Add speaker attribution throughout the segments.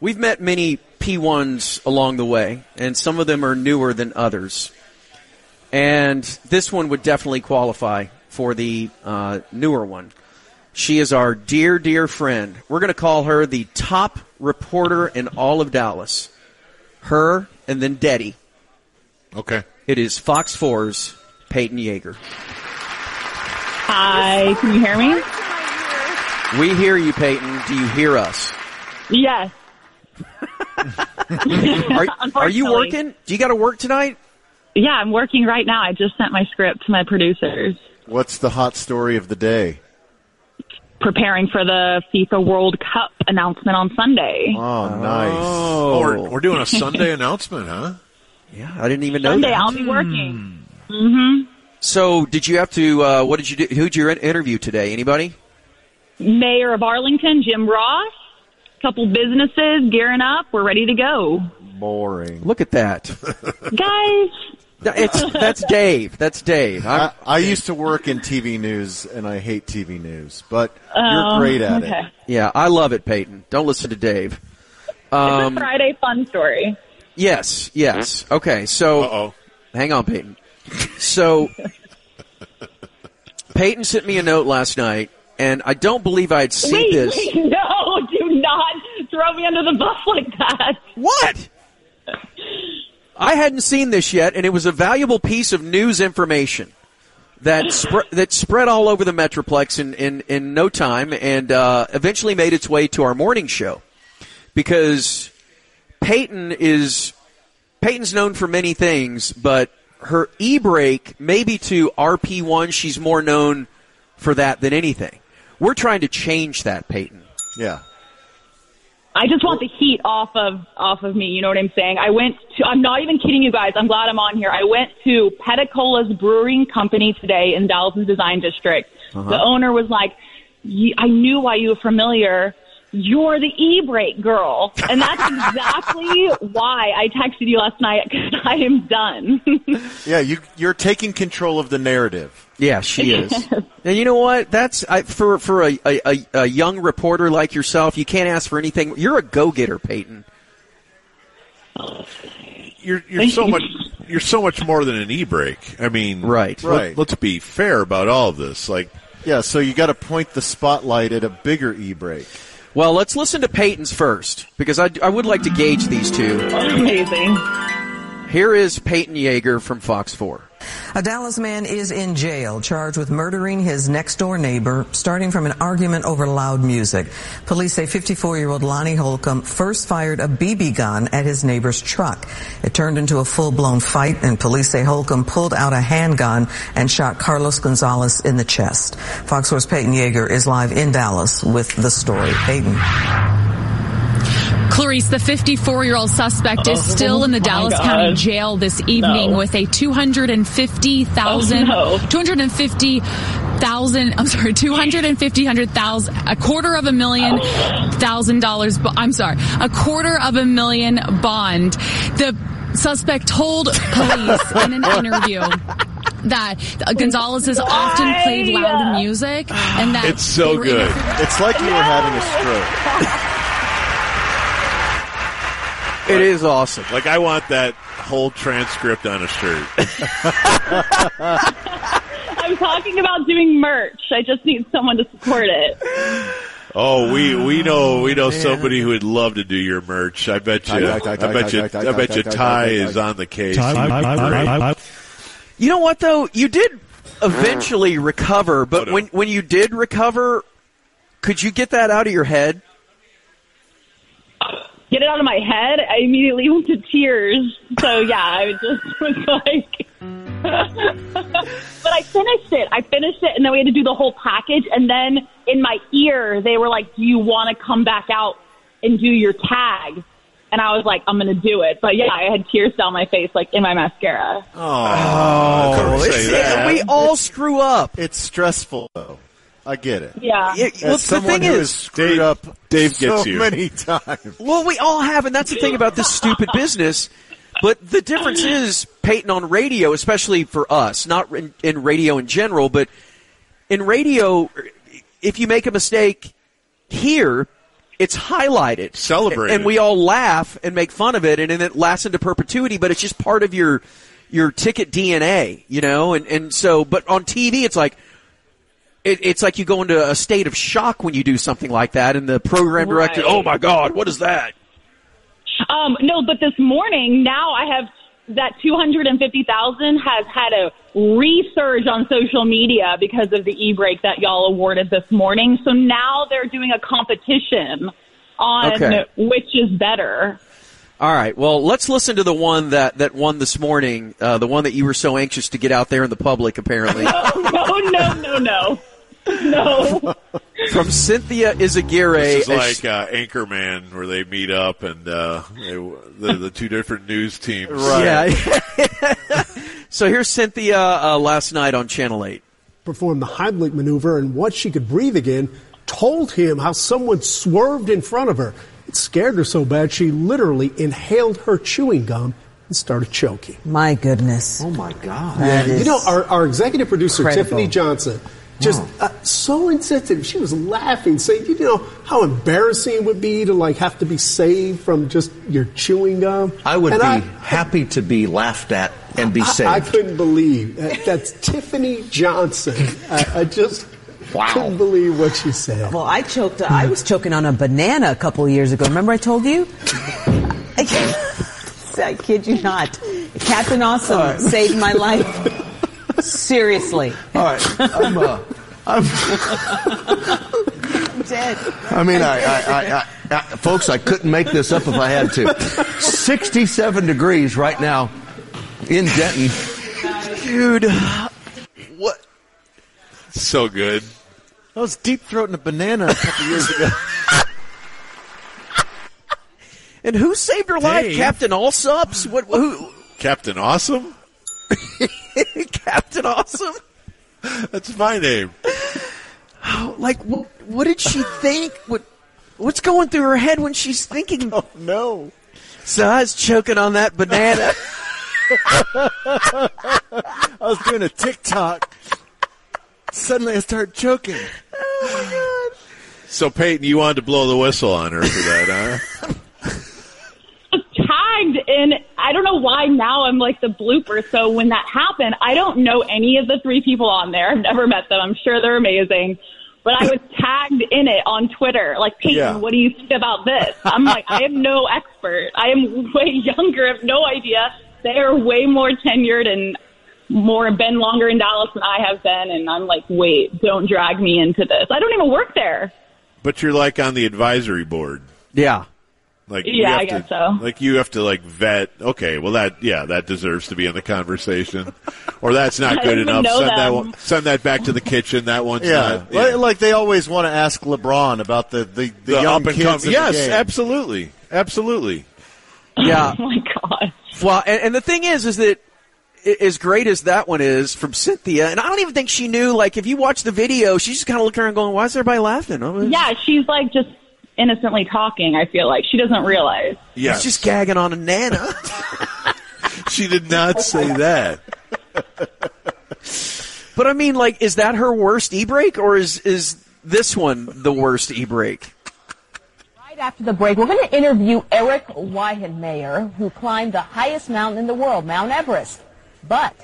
Speaker 1: We've met many P1s along the way, and some of them are newer than others. And this one would definitely qualify for the uh, newer one. She is our dear, dear friend. We're going to call her the top reporter in all of Dallas. Her and then Deddy.
Speaker 2: Okay.
Speaker 1: It is Fox 4's Peyton Yeager.
Speaker 3: Hi, can you hear me?
Speaker 1: We hear you, Peyton. Do you hear us?
Speaker 3: Yes.
Speaker 1: Are, are
Speaker 3: Unfortunately.
Speaker 1: you working? Do you got to work tonight?
Speaker 3: Yeah, I'm working right now. I just sent my script to my producers,
Speaker 2: What's the hot story of the day?
Speaker 3: preparing for the FIFA World Cup announcement on Sunday.
Speaker 2: Oh, nice.
Speaker 4: Oh, we're, we're doing a Sunday announcement, huh?
Speaker 1: Yeah, I didn't even know
Speaker 3: Sunday,
Speaker 1: that.
Speaker 3: I'll be working.
Speaker 1: So, did you have to? Uh, what did you do? Who'd you in- interview today? Anybody?
Speaker 2: Hmm.
Speaker 3: Mayor of Arlington, Jim Ross. Couple businesses gearing up. We're ready to go,
Speaker 2: Boring.
Speaker 1: Look at that.
Speaker 3: guys.
Speaker 1: Th- it's, that's Dave. That's Dave. I'm,
Speaker 2: I, I used to work in TV news, and I hate TV news, but
Speaker 1: Oh,
Speaker 2: you're great at
Speaker 3: um, okay.
Speaker 2: it.
Speaker 1: yeah, I love it, Peyton. Don't listen to Dave.
Speaker 2: Um,
Speaker 3: it's a Friday fun story.
Speaker 1: Yes, yes. Okay, so
Speaker 4: Uh-oh.
Speaker 1: hang on, Peyton. So, Peyton sent me a note last night, and I don't believe I had seen
Speaker 3: Wait,
Speaker 1: this.
Speaker 3: wait, no, do not throw me under the bus like that.
Speaker 1: What? I hadn't seen this yet, and it was a valuable piece of news information that sp- that spread all over the metroplex in in, in no time, and uh, eventually made its way to our morning show because Peyton is Peyton's known for many things, but her e brake maybe to RP one, she's more known for that than anything. We're trying to change that, Peyton.
Speaker 2: Yeah.
Speaker 3: I just want the heat off of off of me. You know what I'm saying? I went to. I'm not even kidding you guys. I'm glad I'm on here. I went to Petticola's Brewing Company today in Dallas' Design District. The owner was like, "Y- "I knew why you were familiar. You're the e-brake girl," and that's exactly why I texted you last night because I am done.
Speaker 2: Yeah, you, you're taking control of the narrative.
Speaker 1: Yeah, she is. and you know what? That's I, for for a, a, a- a young reporter like yourself. You can't ask for anything. You're a go getter, Peyton.
Speaker 4: You're you're so much you're so much more than an e-brake. I mean,
Speaker 1: Right.
Speaker 2: Right.
Speaker 4: Let, us be fair about all of this. Like,
Speaker 2: Yeah, so you got to point the spotlight at a bigger e-brake.
Speaker 1: Well, let's listen to Peyton's first because I, I would like to gauge these two.
Speaker 3: Amazing.
Speaker 1: Here is Peyton Yeager from Fox Four.
Speaker 5: A Dallas man is in jail charged with murdering his next door neighbor, starting from an argument over loud music. Police say 54 year old Lonnie Holcomb first fired a BB gun at his neighbor's truck. It turned into a full blown fight, and police say Holcomb pulled out a handgun and shot Carlos Gonzalez in the chest. Fox Sports Peyton Yeager is live in Dallas with the story. Peyton.
Speaker 6: Clarice, the 54 year old suspect, is still in the
Speaker 3: Oh my
Speaker 6: Dallas
Speaker 3: God.
Speaker 6: County Jail this evening
Speaker 3: No.
Speaker 6: with a 250,000,
Speaker 3: Oh, no.
Speaker 6: 250,000, I'm sorry, 250,000, a quarter of a million thousand dollars, bo- I'm sorry, a quarter of a million bond. The suspect told police in an interview. That Gonzalez has often played loud music, and that
Speaker 4: It's so
Speaker 6: they were in a
Speaker 4: good.
Speaker 2: It's like you were having a stroke.
Speaker 1: It is awesome.
Speaker 4: like I want that whole transcript on a shirt.
Speaker 3: I'm talking about doing merch. I just need someone to support it.
Speaker 4: Oh, we we know we
Speaker 1: Oh,
Speaker 4: know somebody who would love to do your merch. I bet you. I
Speaker 2: I- I- I-
Speaker 4: bet you.
Speaker 2: I- I-
Speaker 4: I bet you.
Speaker 2: I- I-
Speaker 4: Ty
Speaker 2: I-
Speaker 4: is on the case.
Speaker 1: You know what though? You did eventually recover, but
Speaker 4: Whatever.
Speaker 1: when when you did recover, could you get that out of your head?
Speaker 3: get it out of my head, I immediately went to tears. So yeah, I just was like, but I finished it. I finished it, and then we had to do the whole package. And then in my ear, they were like, "Do you want to come back out and do your tag?" And I was like, "I'm gonna do it." But yeah, I had tears down my face, like in my mascara.
Speaker 4: Oh,
Speaker 1: It's-
Speaker 4: say that.
Speaker 1: We all screw up.
Speaker 2: It's stressful, though. I get it.
Speaker 3: Yeah,
Speaker 1: It-
Speaker 2: As
Speaker 1: well, the
Speaker 2: someone
Speaker 1: thing
Speaker 2: who
Speaker 1: is,
Speaker 2: has screwed
Speaker 4: Dave-
Speaker 2: up
Speaker 4: Dave
Speaker 2: so
Speaker 4: gets you.
Speaker 2: many times.
Speaker 1: Well, we all have, and that's the thing about this stupid business. But the difference is, Peyton, on radio, especially for us, not in, in radio in general, but in radio, if you make a mistake here, it's highlighted,
Speaker 4: Celebrated.
Speaker 1: and we all laugh and make fun of it, and then it lasts into perpetuity. But it's just part of your your ticket DNA, you know. And and so, but on TV, it's like. It, it's like you go into a state of shock when you do something like that, and the program director,
Speaker 3: Right.
Speaker 1: oh my God, what is that?
Speaker 3: Um, no, but this morning now I have that 250,000 has had a resurge on social media because of the e-break that y'all awarded this morning. So now they're doing a competition on
Speaker 1: Okay.
Speaker 3: which is better.
Speaker 1: All right. Well, let's listen to the one that, that won this morning, uh, the one that you were so anxious to get out there in the public, apparently,
Speaker 3: no, no, no, no. No.
Speaker 1: from Cynthia Izaguirre.
Speaker 4: This is
Speaker 1: as-
Speaker 4: like uh, Anchorman, where they meet up and uh, they, the, the two different news teams.
Speaker 1: Yeah. so here's Cynthia uh, last night on Channel 8.
Speaker 7: performed the Heimlich maneuver and once she could breathe again, told him how someone swerved in front of her. It scared her so bad she literally inhaled her chewing gum and started choking.
Speaker 5: My goodness.
Speaker 7: Oh my God.
Speaker 5: That
Speaker 7: you
Speaker 5: is
Speaker 7: know, our, our executive producer,
Speaker 5: incredible.
Speaker 7: Tiffany Johnson, just uh, so insensitive. She was laughing, saying, you know, how embarrassing it would be to like have to be saved from just your chewing gum.
Speaker 8: I would
Speaker 7: And
Speaker 8: be happy to be laughed at and be
Speaker 7: I-
Speaker 8: saved.
Speaker 7: I couldn't believe that, that's Tiffany Johnson. I, I just
Speaker 8: Wow.
Speaker 7: couldn't believe what she said.
Speaker 9: Well, I choked. I was choking on a banana a couple of years ago. Remember, I told you. I, kid- I kid you not. Captain Awesome saved my life. Seriously,
Speaker 8: All right, I'm, uh,
Speaker 9: dead.
Speaker 8: I mean, I, I, I, I, I, folks, I couldn't make this up if I had to. 67 degrees right now in Denton.
Speaker 2: Dude, what?
Speaker 4: So good.
Speaker 2: I was deep throating a banana a couple years ago.
Speaker 1: And who saved her life?
Speaker 4: Dave.
Speaker 1: Captain Allsups? What, who?
Speaker 4: Captain Awesome?
Speaker 1: Captain Awesome?
Speaker 4: That's my name.
Speaker 1: Like, what, what did she think? What, what's going through her head when she's thinking?
Speaker 2: no.
Speaker 1: So I was choking on that banana.
Speaker 2: I was doing a TikTok. Suddenly I started choking.
Speaker 4: So, Peyton, you wanted to blow the whistle on her for that, huh?
Speaker 3: tagged in I don't know why now I'm like the blooper. So when that happened, I don't know any of the three people on there. I've never met them. I'm sure they're amazing. But I was tagged in it on Twitter. Like, Peyton,
Speaker 2: Yeah.
Speaker 3: what do you think about this? I'm like, I am no expert. I am way younger. I have no idea. They are way more tenured and more been longer in Dallas than I have been. And I'm like, wait, don't drag me into this. I don't even work there.
Speaker 4: But you're like on the advisory board.
Speaker 1: yeah.
Speaker 4: Like you
Speaker 3: Yeah,
Speaker 4: have
Speaker 3: I
Speaker 4: to,
Speaker 3: guess so.
Speaker 4: Like you have to like vet. Okay, well that yeah that deserves to be in the conversation, or that's not
Speaker 3: I
Speaker 4: good
Speaker 3: don't even
Speaker 4: enough.
Speaker 3: know
Speaker 4: Send that
Speaker 3: them.
Speaker 4: one, send that back to the kitchen. That one's
Speaker 2: Yeah.
Speaker 4: not.
Speaker 2: Li- Like, they always want to ask LeBron about the, the, the,
Speaker 4: the
Speaker 2: young
Speaker 4: up and
Speaker 2: kids
Speaker 4: coming.
Speaker 2: in
Speaker 4: Yes,
Speaker 2: the game.
Speaker 4: absolutely, absolutely.
Speaker 1: Yeah.
Speaker 3: Oh my God.
Speaker 1: Well, and, and the thing is, is that i- as great as that one is from Cynthia, and I don't even think she knew. Like, if you watch the video, she's just kind of looking around, going, "Why is everybody laughing?" I'm- it's
Speaker 3: Yeah, she's like just innocently talking, I feel like. She doesn't realize.
Speaker 4: Yes,
Speaker 1: just gagging on a nana.
Speaker 4: she did not say that.
Speaker 1: but I mean, like, is that her worst e break, or is is this one the worst e break?
Speaker 10: Right after the break, we're going to interview Eric Weihenmayer, who climbed the highest mountain in the world, Mount Everest. But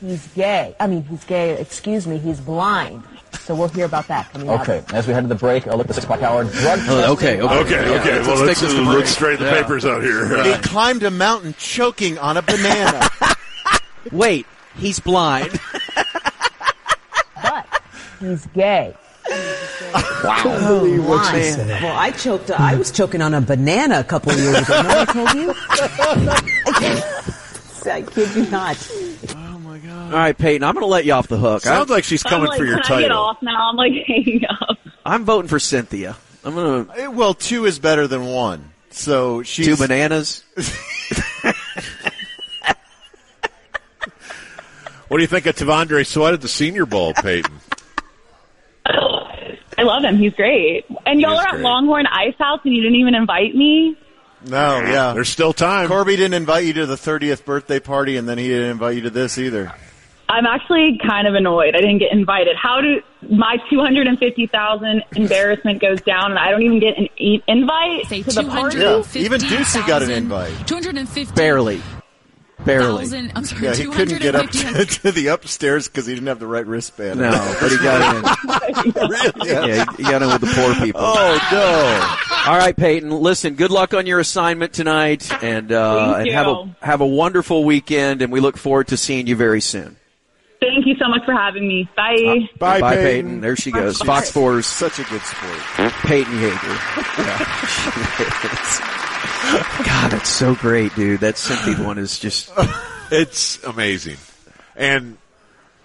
Speaker 10: he's gay. I mean, he's gay, excuse me, he's blind. So we'll hear about that coming up.
Speaker 11: Okay, as we head to the break, I'll look at the six-pack hour drug
Speaker 1: Oh, Okay, okay,
Speaker 4: straighten the papers out here.
Speaker 2: He climbed a mountain choking on a banana.
Speaker 1: Wait, he's blind.
Speaker 10: But he's gay.
Speaker 7: Unbelievable what she
Speaker 9: Why?
Speaker 7: said.
Speaker 9: Well, I choked. I was choking on a banana a couple of years ago. Remember, I told you. I, kid- I kid you not.
Speaker 1: All right, Peyton, I'm going to let you off the hook. I'm,
Speaker 4: Sounds like she's
Speaker 3: I'm
Speaker 4: coming
Speaker 3: like,
Speaker 4: for your
Speaker 3: can I get
Speaker 4: title.
Speaker 3: off now? I'm like hanging up.
Speaker 1: I'm voting for Cynthia. I'm going to
Speaker 2: Eh, well, two is better than one. So she's
Speaker 1: two bananas.
Speaker 4: What do you think of Tavondre Sweat at the Senior Bowl, Peyton?
Speaker 3: I love him. He's great. And y'all
Speaker 4: is
Speaker 3: are at
Speaker 4: great.
Speaker 3: Longhorn Ice House and you didn't even invite me?
Speaker 2: no, yeah.
Speaker 4: There's still time.
Speaker 2: Corby didn't invite you to the 30th birthday party, and then he didn't invite you to this either.
Speaker 3: I'm actually kind of annoyed. I didn't get invited. How do my 250,000 embarrassment goes down and I don't even get an e- invite
Speaker 6: Say
Speaker 3: to the party?
Speaker 6: 250,000.
Speaker 2: Even Ducey got an invite.
Speaker 6: 250.
Speaker 1: Barely. Barely.
Speaker 6: Thousand- I'm sorry,
Speaker 2: Yeah, he couldn't get up to,
Speaker 6: 250.
Speaker 2: to the upstairs because he didn't have the right wristband.
Speaker 1: No, but he got
Speaker 2: in.
Speaker 1: Yeah, you got in with the poor people.
Speaker 2: Oh no!
Speaker 1: All right, Peyton. Listen, good luck on your assignment tonight, and uh,
Speaker 3: Thank
Speaker 1: and have
Speaker 3: you.
Speaker 1: a have a wonderful weekend. And we look forward to seeing you very soon.
Speaker 3: Thank you so much for having me. Bye.
Speaker 4: Uh,
Speaker 2: Bye,
Speaker 1: Bye,
Speaker 2: Peyton.
Speaker 1: Peyton. There she goes. Fox Four's
Speaker 2: Such a good sport.
Speaker 1: Peyton Yeager. Yeah. God, that's so great, dude. That Cynthia one is just
Speaker 4: It's amazing. And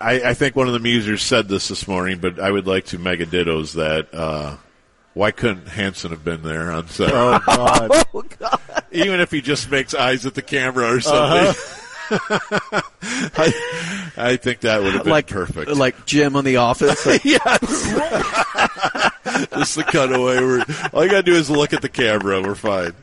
Speaker 4: I, I think one of the musers said this this morning, but I would like to mega dittos that uh, why couldn't Hanson have been there on set?
Speaker 2: Oh God!
Speaker 4: Even if he just makes eyes at the camera or something. I, I think that would have been
Speaker 1: like
Speaker 4: perfect.
Speaker 1: like Jim on The Office. Like,
Speaker 4: This is the cutaway. We're, all you got to do is look at the camera. We're fine.